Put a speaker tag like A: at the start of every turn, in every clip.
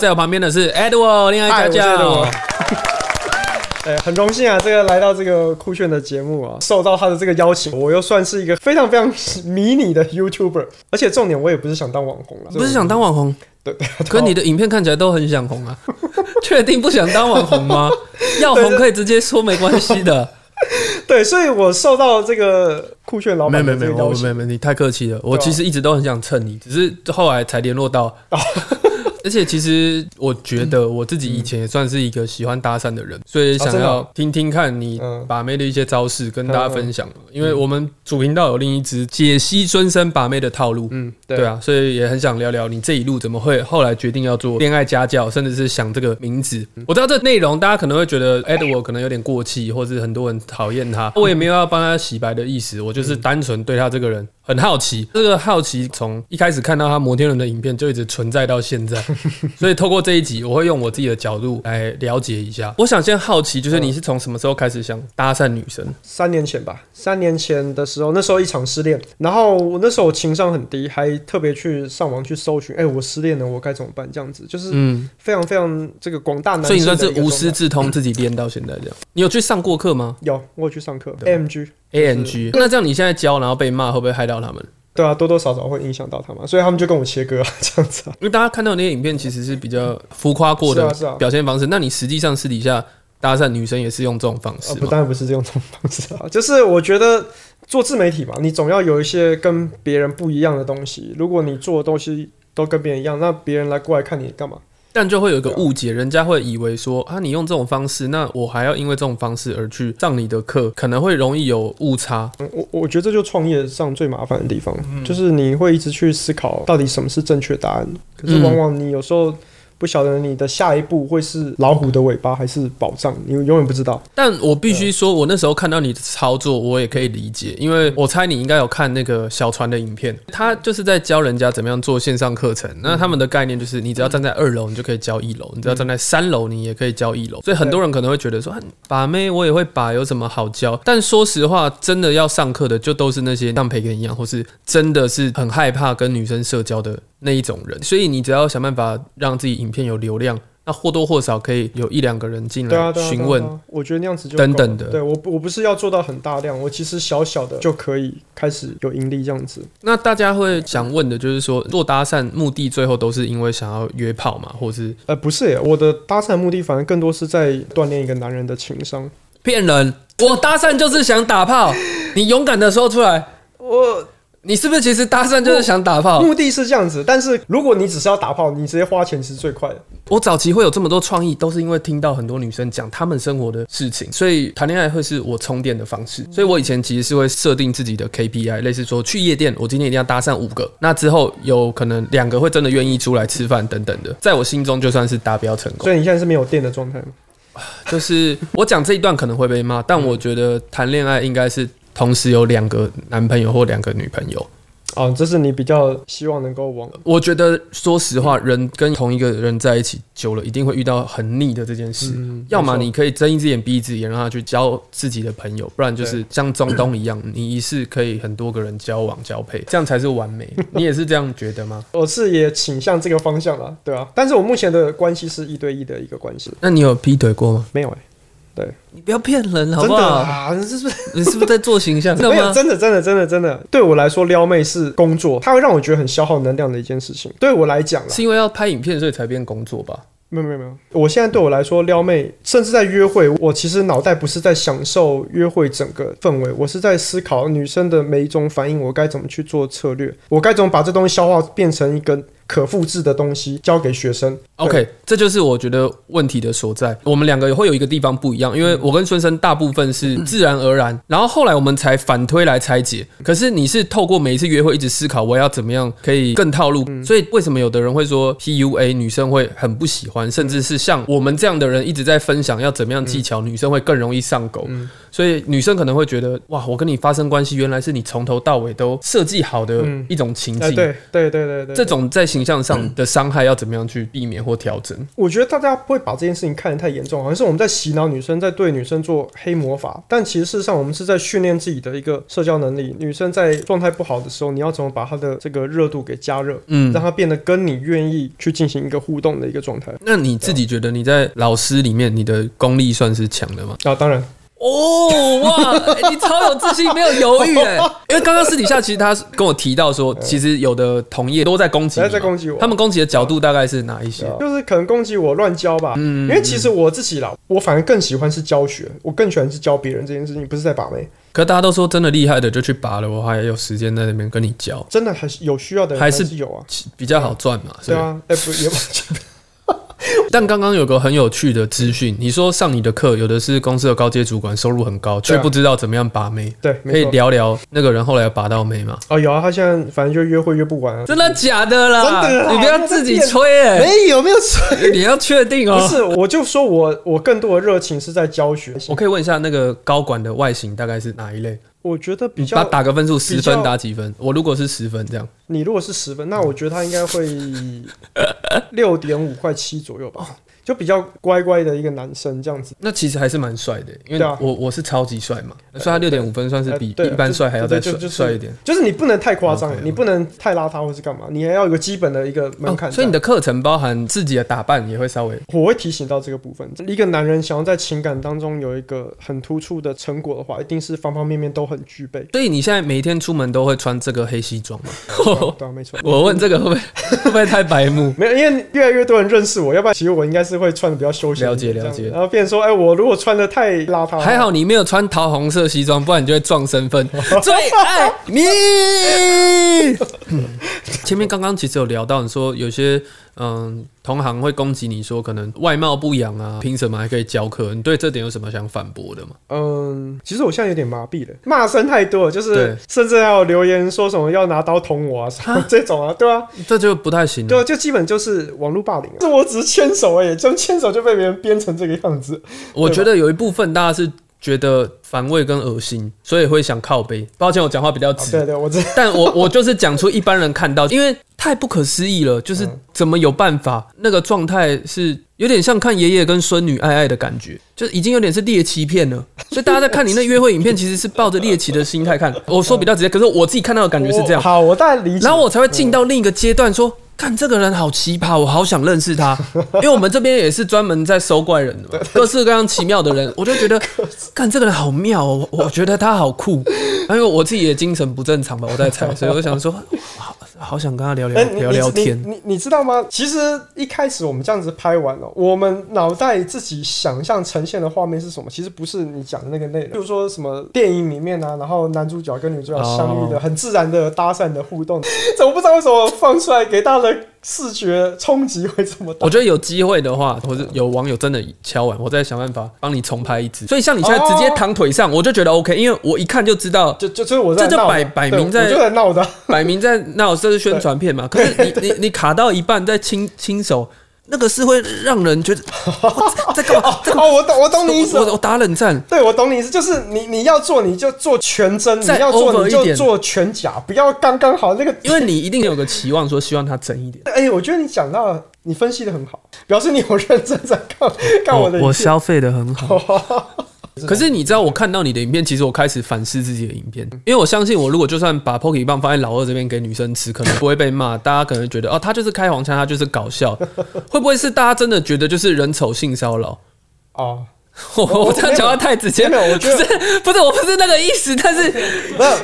A: 在我旁边的是 Edward 恋爱家
B: 嗨我
A: 教
B: 是。 哎，很荣幸啊，这个来到这个酷炫的节目啊，受到他的这个邀请，我又算是一个非常非常迷你的 YouTuber，而且重点我也不是想当网红了，
A: 不是想当网红，
B: 对对，
A: 可你的影片看起来都很想 红啊，确定不想当网红吗？要红可以直接说没关系的。
B: 对，所以我受到这个酷炫 老
A: 没有
B: 板
A: 没
B: 的
A: 有没
B: 这
A: 有
B: 个
A: 我
B: 邀请
A: 没，有没啊有，你太客气了。我其实一直都很想蹭你，只是后来才联络到。 而且其实我觉得我自己以前也算是一个喜欢搭讪嗯的嗯人，所以
B: 哦
A: 想
B: 真的
A: 要
B: 哦
A: 听听看你
B: 嗯
A: 把妹的一些招式跟大家分享嘛。因为我们主频道有另一支解析尊生把妹的套路，
B: 嗯，对
A: 对啊，所以也很想聊聊你这一路怎么会后来决定要做恋爱家教，甚至是想这个名字。
B: 嗯
A: 我知道这内容大家可能会觉得 Edward 可能有点过气，或是很多人讨厌他。我也没有要帮他洗白的意思，我
B: 嗯
A: 就是单纯对他这个人很好奇。这个好奇从一开始看到他摩天轮的影片就一直存在到现 在，所以透过这一集，我会用我自己的角度来了解一下。我想先好奇，
B: 嗯
A: 就是你是从什么时候开始想搭讪女生？
B: 三年前吧，三年前的时候，那时候一场失恋，然后我那时候我情商很低，还特别去上网去搜寻，哎、我失恋了，我该怎么办？这样子就是
A: 嗯，
B: 非常非常这个广大男
A: 所以
B: 性
A: 你
B: 的
A: 算是
B: 一个状态，
A: 无师自通，自己练到现在这样。你有去上过课吗？
B: 有，我有去上课
A: 对啊
B: ，AMG，
A: A N G，那这样你现在教，然后被骂，会不会害到他们？
B: 对啊，多多少少会影响到他嘛，所以他们就跟我切割啊， 这样子啊，
A: 因为大家看到那些影片，其实是比较浮夸过的
B: 是啊是啊
A: 表现方式。那你实际上私底下搭讪女生也是用这种方式
B: 呃不，
A: 吗？
B: 当然不是这种这种方式啊，就是我觉得做自媒体嘛，你总要有一些跟别人不一样的东西，如果你做的东西都跟别人一样，那别人来过来看你干嘛？
A: 但就会有一个误解，
B: 啊
A: 人家会以为说啊，你用这种方式，那我还要因为这种方式而去上你的课，可能会容易有误差。
B: 嗯我我觉得这就是创业上最麻烦的地方，就是你会一直去思考到底什么是正确答案，可是
A: 嗯
B: 往往你有时候不晓得你的下一步会是老虎的尾巴还是宝藏，你永远不知道。
A: 但我必须说，我那时候看到你的操作，我也可以理解，因为我猜你应该有看那个小船的影片，他就是在教人家怎么样做线上课程。那他们的概念就是，你只要站在二楼，你就可以教一楼；你只要站在三楼，你也可以教
B: 嗯
A: 一楼。所以很多人可能会觉得说，啊把妹我也会把，有什么好教？但说实话，真的要上课的，就都是那些像培根一样，或是真的是很害怕跟女生社交的那一种人。所以你只要想办法让自己影片有流量。那或多或少可以有一两个人进
B: 对啊，
A: 来
B: 对啊，
A: 询
B: 对啊
A: 问
B: 对啊我觉得那样子就
A: 等
B: 够了
A: 等的
B: 对我不我不是要做到很大量，我其实小小的就可以开始有盈利这样子。
A: 那大家会想问的就是说，做搭讪目的最后都是因为想要约炮嘛，或是
B: 呃，不是耶，我的搭讪目的反而更多是在锻炼一个男人的情商。
A: 骗人？我搭讪就是想打炮，你勇敢的说出来。
B: 我
A: 你是不是其实搭讪就是想打炮？
B: 目的是这样子，但是如果你只是要打炮，你直接花钱是最快的。
A: 我早期会有这么多创意，都是因为听到很多女生讲她们生活的事情，所以谈恋爱会是我充电的方式。所以我以前其实是会设定自己的 KPI，类似说去夜店，我今天一定要搭讪五个，那之后有可能两个会真的愿意出来吃饭等等的，在我心中就算是达标成功。
B: 所以你现在是没有电的状态吗？
A: 就是我讲这一段可能会被骂，但我觉得谈恋爱应该是同时有两个男朋友或两个女朋友。
B: 哦，这是你比较希望能够往
A: 我觉得说实话，人跟同一个人在一起久了，一定会遇到很腻的这件事。
B: 嗯
A: 要么
B: 没错
A: 你可以睁一只眼闭一只眼，让他去交自己的朋友，不然就是像中东一样，你一次可以很多个人交往交配，这样才是完美。你也是这样觉得吗？
B: 我是也倾向这个方向啦，对啊。但是我目前的关系是一对一的一个关系，
A: 那你有劈腿过吗？
B: 没有哎、
A: 你不要骗人好
B: 真
A: 不
B: 的
A: 好？
B: 啊，这是
A: 你是不是在做形 象？真
B: 没
A: 的
B: 有，
A: 吗？
B: 真的，真的，真的，真的，对我来说，撩妹是工作，它会让我觉得很消耗能量的一件事情。对我来讲啦，
A: 是因为要拍影片所以才变工作吧？
B: 没有，没有，没有。我现在对我来说，撩妹，甚至在约会，我其实脑袋不是在享受约会整个氛围，我是在思考女生的每一种反应，我该怎么去做策略，我该怎么把这东西消化变成一个可复制的东西，交给学生。
A: OK，这就是我觉得问题的所在。我们两个会有一个地方不一样，因为我跟孙生大部分是自然而然，然后后来我们才反推来拆解。可是你是透过每一次约会一直思考我要怎么样可以更套路，所以为什么有的人会说 PUA 女生会很不喜欢，甚至是像我们这样的人一直在分享要怎么样技巧，女生会更容易上钩。所以女生可能会觉得哇，我跟你发生关系，原来是你从头到尾都设计好的一种情
B: 哎、
A: 境。
B: 对，对，对，对，对，
A: 这种在形象上的伤害要怎么样去避免或调整？
B: 我觉得大家不会把这件事情看得太严重，好像是我们在洗脑女生，在对女生做黑魔法。但其实事实上，我们是在训练自己的一个社交能力。女生在状态不好的时候，你要怎么把她的这个热度给加热，
A: 嗯
B: 让她变得跟你愿意去进行一个互动的一个状态。
A: 那你自己觉得你在老师里面你的功力算是强的吗？
B: 啊，当然，
A: 哦 哇、欸你超有自信，没有犹豫 哎、因为刚刚私底下其实他跟我提到说，其实有的同业都在攻击你嘛，
B: 大家在攻击我啊
A: 他们攻击的角度大概是哪一些？
B: 就是可能攻击我乱教吧，
A: 嗯
B: 因为其实我自己啦，我反而更喜欢是教学，我更喜欢是教别人这件事情，不是在把妹。
A: 可大家都说真的厉害的就去拔了，我还有时间在那边跟你教，
B: 真的还是有需要的人
A: 还是
B: 是有啊，
A: 比较好赚嘛，是
B: 对
A: 吧？
B: 啊，哎、不 也不
A: 但刚刚有个很有趣的资讯，你说上你的课，有的是公司的高阶主管，收入很高，却
B: 对啊
A: 不知道怎么样拔妹。
B: 对，
A: 可
B: 没
A: 以
B: 错。
A: 聊聊那个人后来有拔到妹吗？
B: 哦，有啊，他现在反正就约会约不完啊，
A: 真的假的啦？
B: 真的啦啊
A: 你不要自己吹哎、
B: 没啊有没有错，
A: 你要确定
B: 不
A: 哦、
B: 是，我就说我我更多的热情是在教学，
A: 我可以问一下那个高管的外形大概是哪一类？
B: 我觉得比
A: 打
B: 较，
A: 打个分数，十
B: 比
A: 分
B: 较
A: 打几分？我如果是十分这样，
B: 你如果是十分，那我觉得他应该会六点五块七左右吧，就比较乖乖的一个男生这样子，
A: 那其实还是蛮帅的、欸因为
B: 对啊呃
A: 我我是超级帅嘛，所以他六点五分算是比
B: 呃对
A: 比一般帅还要再帅
B: 对就就是
A: 帅一点。
B: 就是你不能太夸张
A: OK，OK
B: 你不能太邋遢或是干嘛，你还要有个基本的一个门槛
A: 哦
B: 在、
A: 所以你的课程包含自己的打扮也会稍微。
B: 我会提醒到这个部分。一个男人想要在情感当中有一个很突出的成果的话，一定是方方面面都很具备
A: 所以你现在每天出门都会穿这个黑西装吗？
B: 对啊，没错。
A: 我问这个会不会会不会太白目？
B: 没有，因为越来越多人认识我，要不然其实我应该是会穿的比较休闲一
A: 了解
B: 点这样
A: 了
B: 子，
A: 解
B: 然后变成说，哎、我如果穿的太邋遢，
A: 还好你没有穿桃红色西装，不然你就会撞身 份。最爱 你。前面刚刚其实有聊到，你说有些嗯同行会攻击你说可能外貌不扬啊，凭什么还可以教课？你对这点有什么想反驳的吗？
B: 嗯，其实我现在有点麻痹了，骂声太多了，就
A: 对
B: 是甚至还有留言说什么要拿刀捅我啊，什么这种啊，对啊，
A: 这就不太行了。
B: 对啊，就基本就是网络霸凌、啊。这我只是牵手而已，就牵手就被别人编成这个样子，
A: 我觉得有一部分大家是觉得反胃跟恶心，所以会想靠背。抱歉，我讲话比较
B: 啊
A: 直。
B: 对对，我这
A: 但我我就是讲出一般人看到，因为太不可思议了，就是怎么有办法？那个状态是有点像看爷爷跟孙女爱爱的感觉，就已经有点是猎奇片了。所以大家在看你那约会影片，其实是抱着猎奇的心态看。我说比较直接，可是我自己看到的感觉是这样
B: 我，好，我大概理解。
A: 然后我才会进到另一个阶段说。看这个人好奇葩，我好想认识他，因为我们这边也是专门在收怪人的嘛，各式各样奇妙的人，我就觉得，看这个人好妙哦，我我觉得他好酷， 因为我自己也精神不正常吧，我在猜，所以我想说，好好想跟他聊聊
B: 哎，你
A: 聊聊天
B: 你，你你你知道吗？其实一开始我们这样子拍完了、我们脑袋自己想象呈现的画面是什么？其实不是你讲的那个内容，比如说什么电影里面啊，然后男主角跟女主角相遇的、
A: 哦
B: 很自然的搭讪的互动， 怎么不知道为什么放出来给大家的视觉冲击会这么大
A: 我？觉得有机会的话，或是有网友真的敲完，我再想办法帮你重拍一支。所以像你现在
B: 哦
A: 直接躺腿上，我就觉得 OK，因为我一看就知道
B: 就就就是我在
A: 这就
B: 闹的
A: 摆摆
B: 对
A: 明在
B: 我就在 闹的，
A: 摆明在那我这是宣传片嘛？可是你你你卡到一半再亲亲手，那个是会让人觉得哇在在干嘛？在干嘛
B: 哦，我懂我懂你意思
A: 我
B: 了。
A: 我打冷战。
B: 对，我懂你意思，就是你你要做你就做全真，你
A: 再
B: 要做
A: over
B: 你
A: 一
B: 就
A: 点
B: 做全假，不要刚刚好那个
A: 因为你一定有个期望，说希望他真一点。
B: 哎、我觉得你讲到了，你分析的很好，表示你有认真在看看我的影片。
A: 消费的很好。可是你知道，我看到你的影片，其实我开始反思自己的影片，因为我相信，我如果就算把 Pocky 棒放在老二这边给女生吃，可能不会被骂，大家可能觉得哦，他就是开黄腔，他就是搞 笑，会不会是大家真的觉得就是人丑性骚扰？
B: 哦，
A: 我我这样讲话太直 接，
B: 没有没有我觉得
A: 不是不是我不是那个意思，但是
B: 那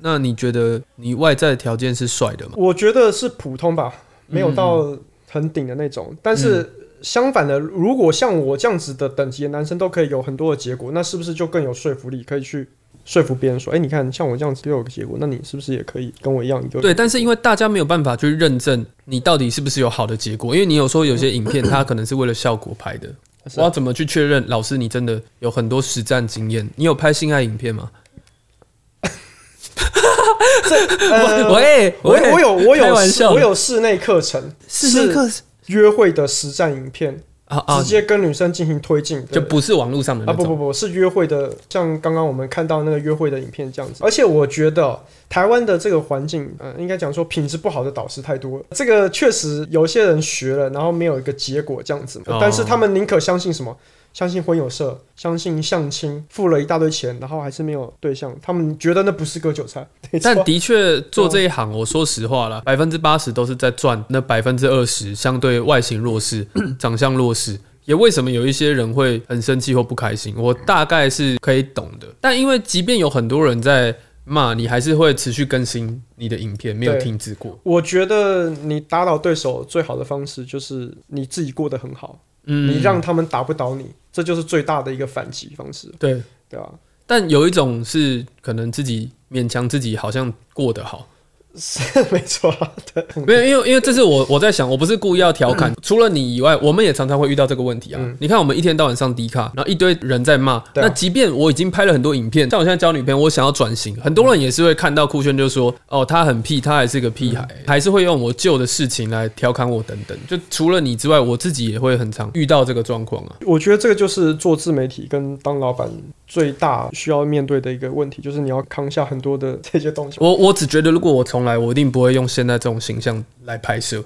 A: 那你觉得你外在条件是帅的吗？
B: 我觉得是普通吧，没有到
A: 嗯
B: 很顶的那种。但是相反的，如果像我这样子的等级的男生都可以有很多的结果，那是不是就更有说服力，可以去说服别人说，哎、你看像我这样子就有个结果，那你是不是也可以跟我一样有？
A: 对，但是因为大家没有办法去认证你到底是不是有好的结果，因为你有时候有些影片它可能是为了效果拍的，
B: 是
A: 我要怎么去确认老师你真的有很多实战经验？你有拍性爱影片吗？
B: 呃
A: 喂
B: 我
A: 喂，
B: 我有我
A: 开
B: 有
A: 玩
B: 室
A: 笑，
B: 我有室内课程，
A: 是那个
B: 约会的实战影片，
A: 啊啊
B: 直，接跟女生进行推进，对
A: 就不是网络上的
B: 啊
A: 那
B: 不不
A: 种。
B: 不是约会的，像刚刚我们看到那个约会的影片这样子。而且我觉得台湾的这个环境，呃，应该讲说品质不好的导师太多了。这个确实有些人学了，然后没有一个结果这样子，
A: 哦
B: 但是他们宁可相信什么？相信婚友社，相信相亲，付了一大堆钱，然后还是没有对象，他们觉得那不是割韭菜。 没错嗯
A: 但的确做这一行，我说实话啦，百分之八十都是在赚那百分之二十相对外形弱 势、长相弱势。也为什么有一些人会很生气或不开心，我大概是可以懂的。但因为即便有很多人在骂你，还是会持续更新你的影片，没有
B: 对
A: 停止过。
B: 我觉得你打倒对手最好的方式就是你自己过得很好，
A: 嗯，
B: 你让他们打不倒你，这就是最大的一个反击方式，
A: 对
B: 对吧、
A: 但有一种是可能自己勉强自己好像过得好，
B: 是 没错啊，对，
A: 没有，因为因为这是我我在想，我不是故意要调
B: 嗯
A: 侃，除了你以外，我们也常常会遇到这个问题啊。你看，我们一天到晚上迪卡，然后一堆人在骂。
B: 对啊
A: 那即便我已经拍了很多影片，像我现在教女朋友，我想要转型，很多人也是会看到酷炫就说，哦，他很屁，他还是个屁孩，
B: 嗯
A: 还是会用我旧的事情来调侃我等等。就除了你之外，我自己也会很常遇到这个状况啊。
B: 我觉得这个就是做自媒体跟当老板最大需要面对的一个问题，就是你要扛下很多的这些东西
A: 我我只觉得，如果我重来，我一定不会用现在这种形象来拍摄。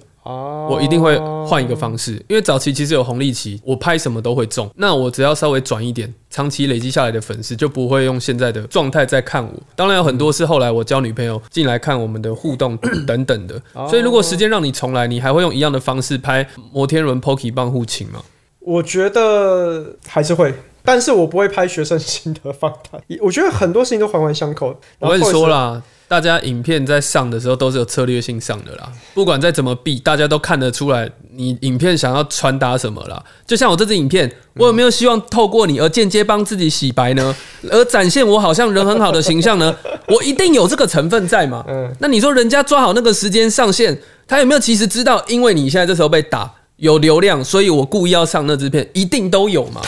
B: 啊。
A: 我一定会换一个方式，因为早期其实有红利期，我拍什么都会中。那我只要稍微转一点，长期累积下来的粉丝就不会用现在的状态在看我。当然有很多是后来我交女朋友进来看我们的互动 等等的。所以如果时间让你重来，你还会用一样的方式拍摩天轮 Pokey 棒互请吗？
B: 我觉得还是会。但是我不会拍学生心得访谈，我觉得很多事情都环环相扣。
A: 我跟你说
B: 了。
A: 啦，大家影片在上的时候都是有策略性上的啦，不管再怎么避，大家都看得出来你影片想要传达什么啦。就像我这支影片，我有没有希望透过你而间接帮自己洗白呢？而展现我好像人很好的形象呢？我一定有这个成分在嘛？
B: 嗯
A: 那你说人家抓好那个时间上限，他有没有其实知道？因为你现在这时候被打。有流量，所以我故意要上那支片，一定都有嘛。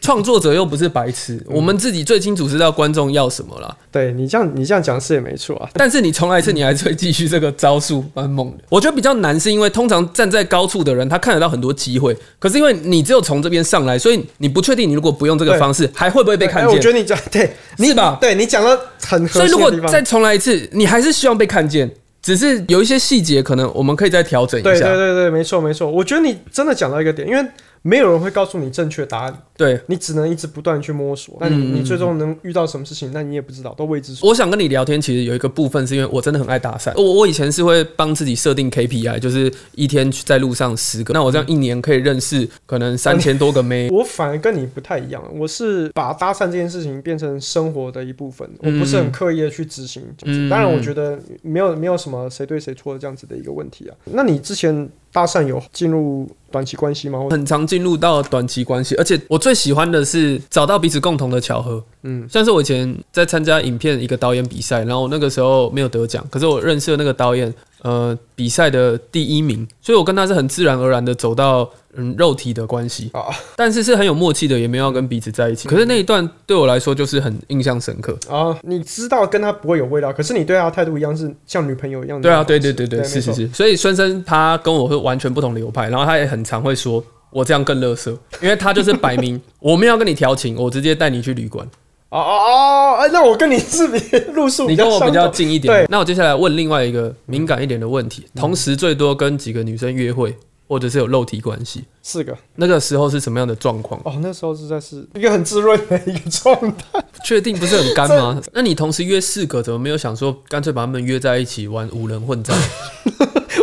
A: 创作者又不是白痴，我们自己最清楚知道观众要什么啦。
B: 对你这样你这样讲是也没错啊。
A: 但是你重来一次，你还是会继续这个招数， 蛮猛的。我觉得比较难，是因为通常站在高处的人，他看得到很多机会，可是因为你只有从这边上来，所以你不确定你如果不用这个
B: 对
A: 方式，还会不会被
B: 对哎
A: 看
B: 我
A: 见，
B: 觉得你讲对，
A: 是吧？
B: 对你讲的很
A: 所
B: 合
A: 以如
B: 适
A: 果
B: 的地方。
A: 再重来一次，你还是希望被看见，只是有一些细节可能我们可以再调整一
B: 对对
A: 下。
B: 对对，没错没错。我觉得你真的讲到一个点，因为没有人会告诉你正确答案，
A: 对，
B: 你只能一直不断去摸索。那你你最终能遇到什么事情，那你也不知道，都未知数。
A: 我想跟你聊天，其实有一个部分是因为我真的很爱搭讪。我我以前是会帮自己设定 KPI，就是一天去在路上十个，那我这样一年可以认识可能三千多个妹。
B: 我反而跟你不太一样，我是把搭讪这件事情变成生活的一部分，我不是很刻意的去执行。这样子
A: 嗯
B: 当然，我觉得没有没有什么谁对谁错这样子的一个问题啊。那你之前搭讪有进入短期关系吗？或者
A: 很常进入到短期关系，而且我最喜欢的是找到彼此共同的巧合。
B: 嗯，
A: 像是我以前在参加影片一个导演比赛，然后我那个时候没有得奖，可是我认识了那个导演，呃，比赛的第一名，所以我跟他是很自然而然的走到嗯肉体的关系
B: 啊
A: 但是是很有默契的，也没有要跟彼此在一起。可是那一段对我来说就是很印象深刻。
B: 啊，你知道跟他不会有味道，可是你对他的态度一样是像女朋友一样的
A: 对
B: 那
A: 啊，
B: 种
A: 对
B: 方式。
A: 对对对，是
B: 没
A: 是
B: 错
A: 是。所以孙生他跟我是完全不同流派，然后他也很常会说我这样更乐色，因为他就是摆 明我没有要跟你调情，我直接带你去旅馆，
B: 哦哦哦，哎，那我跟你是比路数
A: 你
B: 比
A: 跟
B: 较
A: 我
B: 相
A: 比较
B: 同，
A: 近一点。
B: 对
A: 那我接下来问另外一个敏感一点的问题，同时最多跟几个女生约会，或者是有肉体关系，
B: 四个
A: 那个时候是什么样的状况？
B: 哦，那时候实在是一个很滋润的一个状态。
A: 确定不是很干吗？那你同时约四个，怎么没有想说干脆把他们约在一起玩五人混战？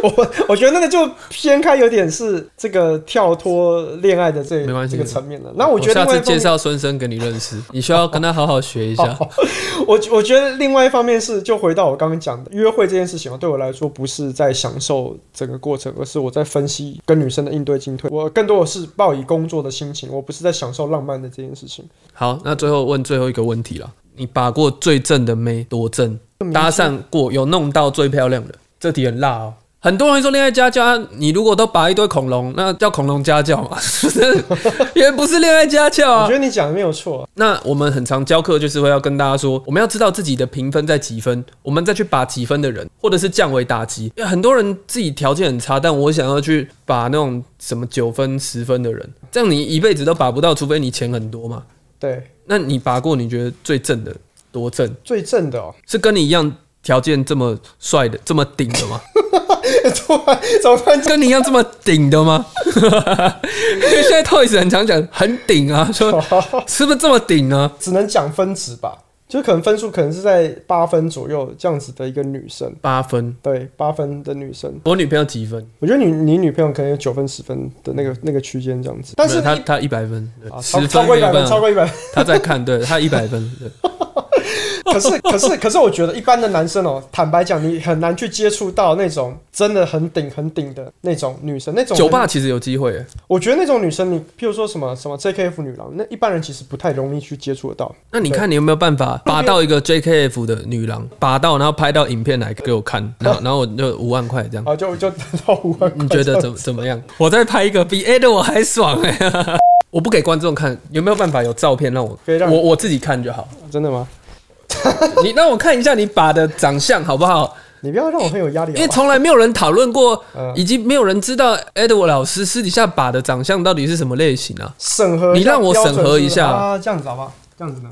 B: 我我觉得那个就偏开，有点是这个跳脱恋爱的这
A: 没关系
B: 这个层面了。那我觉得
A: 下
B: 另
A: 次
B: 外一方
A: 介
B: 面，哦
A: 绍孙生给你认识，你需要跟他好好学一下。
B: 我我觉得另外一方面是，就回到我刚刚讲的约会这件事情啊，对我来说不是在享受整个过程，而是我在分析跟女生的应对进退。我更多的是抱以工作的心情，我不是在享受浪漫的这件事情。
A: 好，那最后问最后一个问题了，你把过最正的妹多正，搭讪过有弄到最漂亮的，这题很辣哦。很多人说恋爱家家，你如果都把一堆恐龙，那叫恐龙家教 嘛，也不是恋爱家教
B: 我
A: 啊
B: 觉。得你讲的没有错、啊
A: 那我们很常教课，就是会要跟大家说，我们要知道自己的评分在几分，我们再去把几分的人，或者是降维打击。因为很多人自己条件很差，但我想要去把那种什么九分、十分的人，这样你一辈子都把不到，除非你钱很多嘛。
B: 对，
A: 那你拔过你觉得最正的多正？
B: 最正的哦、
A: 是跟你一样条件这么帅的、这么顶的 吗？
B: 突然怎么办？
A: 跟你一样这么顶的吗？ 因为现在 Toys 很常讲很顶啊，说是不是这么顶啊呢、
B: 只能讲分值吧，就可能分数可能是在八分左右这样子的一个女生，
A: 八分，
B: 对，八分的女生，
A: 我女朋友几分？
B: 我觉得你你女朋友可能有九分十分的那个那个区间这样子，但是
A: 没有
B: 你
A: 她她一百分，对
B: 啊
A: 十
B: 超超
A: 分
B: 过
A: 没
B: 一百
A: 有
B: 分，
A: 办
B: 超
A: 法，
B: 过一百分，
A: 她在看，对她一百分，对，
B: 可是可是可是我觉得一般的男生哦、坦白讲，你很难去接触到那种真的很顶很顶的那种女生，那种
A: 酒吧其实有机会耶。
B: 我觉得那种女生，你譬如说什么什么 JKF 女郎，那一般人其实不太容易去接触得到。
A: 那你看你有没有办法拔到一个 JKF 的女郎，拔到然后拍到影片来给我看，然后然后我就五万块这样。
B: 啊，就就得到五万块。
A: 你觉得怎么怎么样？ 我再拍一个比 A 的我还爽哎、 我不给观众看，有没有办法有照片让我
B: 可以让你
A: 我我自己看就 好？
B: 真的吗？
A: 你让我看一下你把的长相好不好？
B: 你不要让我很有压力
A: 因为
B: 好吧。
A: 从来没有人讨论过
B: 啊嗯，
A: 以及没有人知道 Edward 老师私底下把的长相到底是什么类型啊？
B: 审核，
A: 你让我审核一下
B: 啊，这样子好不好？这样子呢？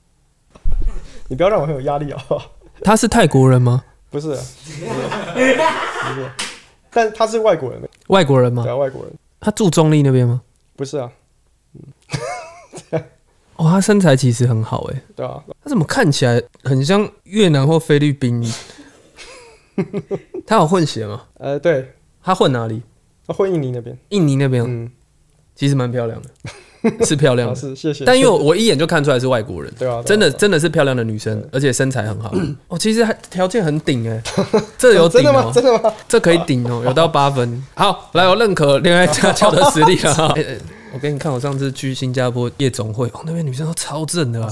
B: 你不要让我很有压力好不好？
A: 他是泰国人吗？
B: 不是，不 是，不是但他是外国人，
A: 外国人吗
B: 对？啊，外国人
A: 他住中立那边吗？
B: 不是啊，
A: 哦，他身材其实很好哎、
B: 对啊，
A: 他怎么看起来很像越南或菲律 宾？他有混血吗？
B: 呃，对，
A: 他混哪里？
B: 会印尼那边，
A: 印尼那边哦、
B: 嗯，
A: 其实蛮漂亮的， 是漂亮
B: 啊
A: 的。
B: 是，谢谢。
A: 但因为我一眼就看出来是外国人，
B: 对啊，对啊
A: 真的
B: 对啊
A: 真的是漂亮的女生，而且身材很好。 哦，其实还条件很顶 哎，这有
B: 真
A: 顶
B: 的吗？
A: 哦，
B: 真的吗？
A: 这可以顶哦，有到八分。好，来，我认可恋爱家教的实力 了哈。哎哎我给你看，我上次去新加坡夜总会，哦，那边女生都超正的啊。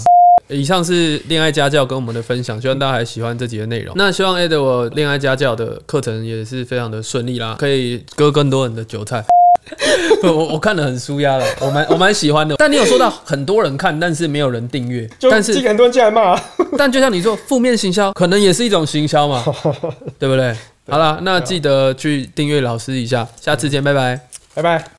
A: 以上是恋爱家教跟我们的分享，希望大家还喜欢这集的内容。那希望 Ed 我恋爱家教的课程也是非常的顺利啦，可以割更多人的韭菜。 不我我看了很舒压了，我蛮我蛮喜欢的。但你有说到很多人看，但是没有人订阅，
B: 就
A: 但是
B: 这个很多人进来骂，啊
A: 但就像你说，负面行销可能也是一种行销嘛，对不对？好啦，那记得去订阅老师一下，下次见，拜拜。
B: 拜拜。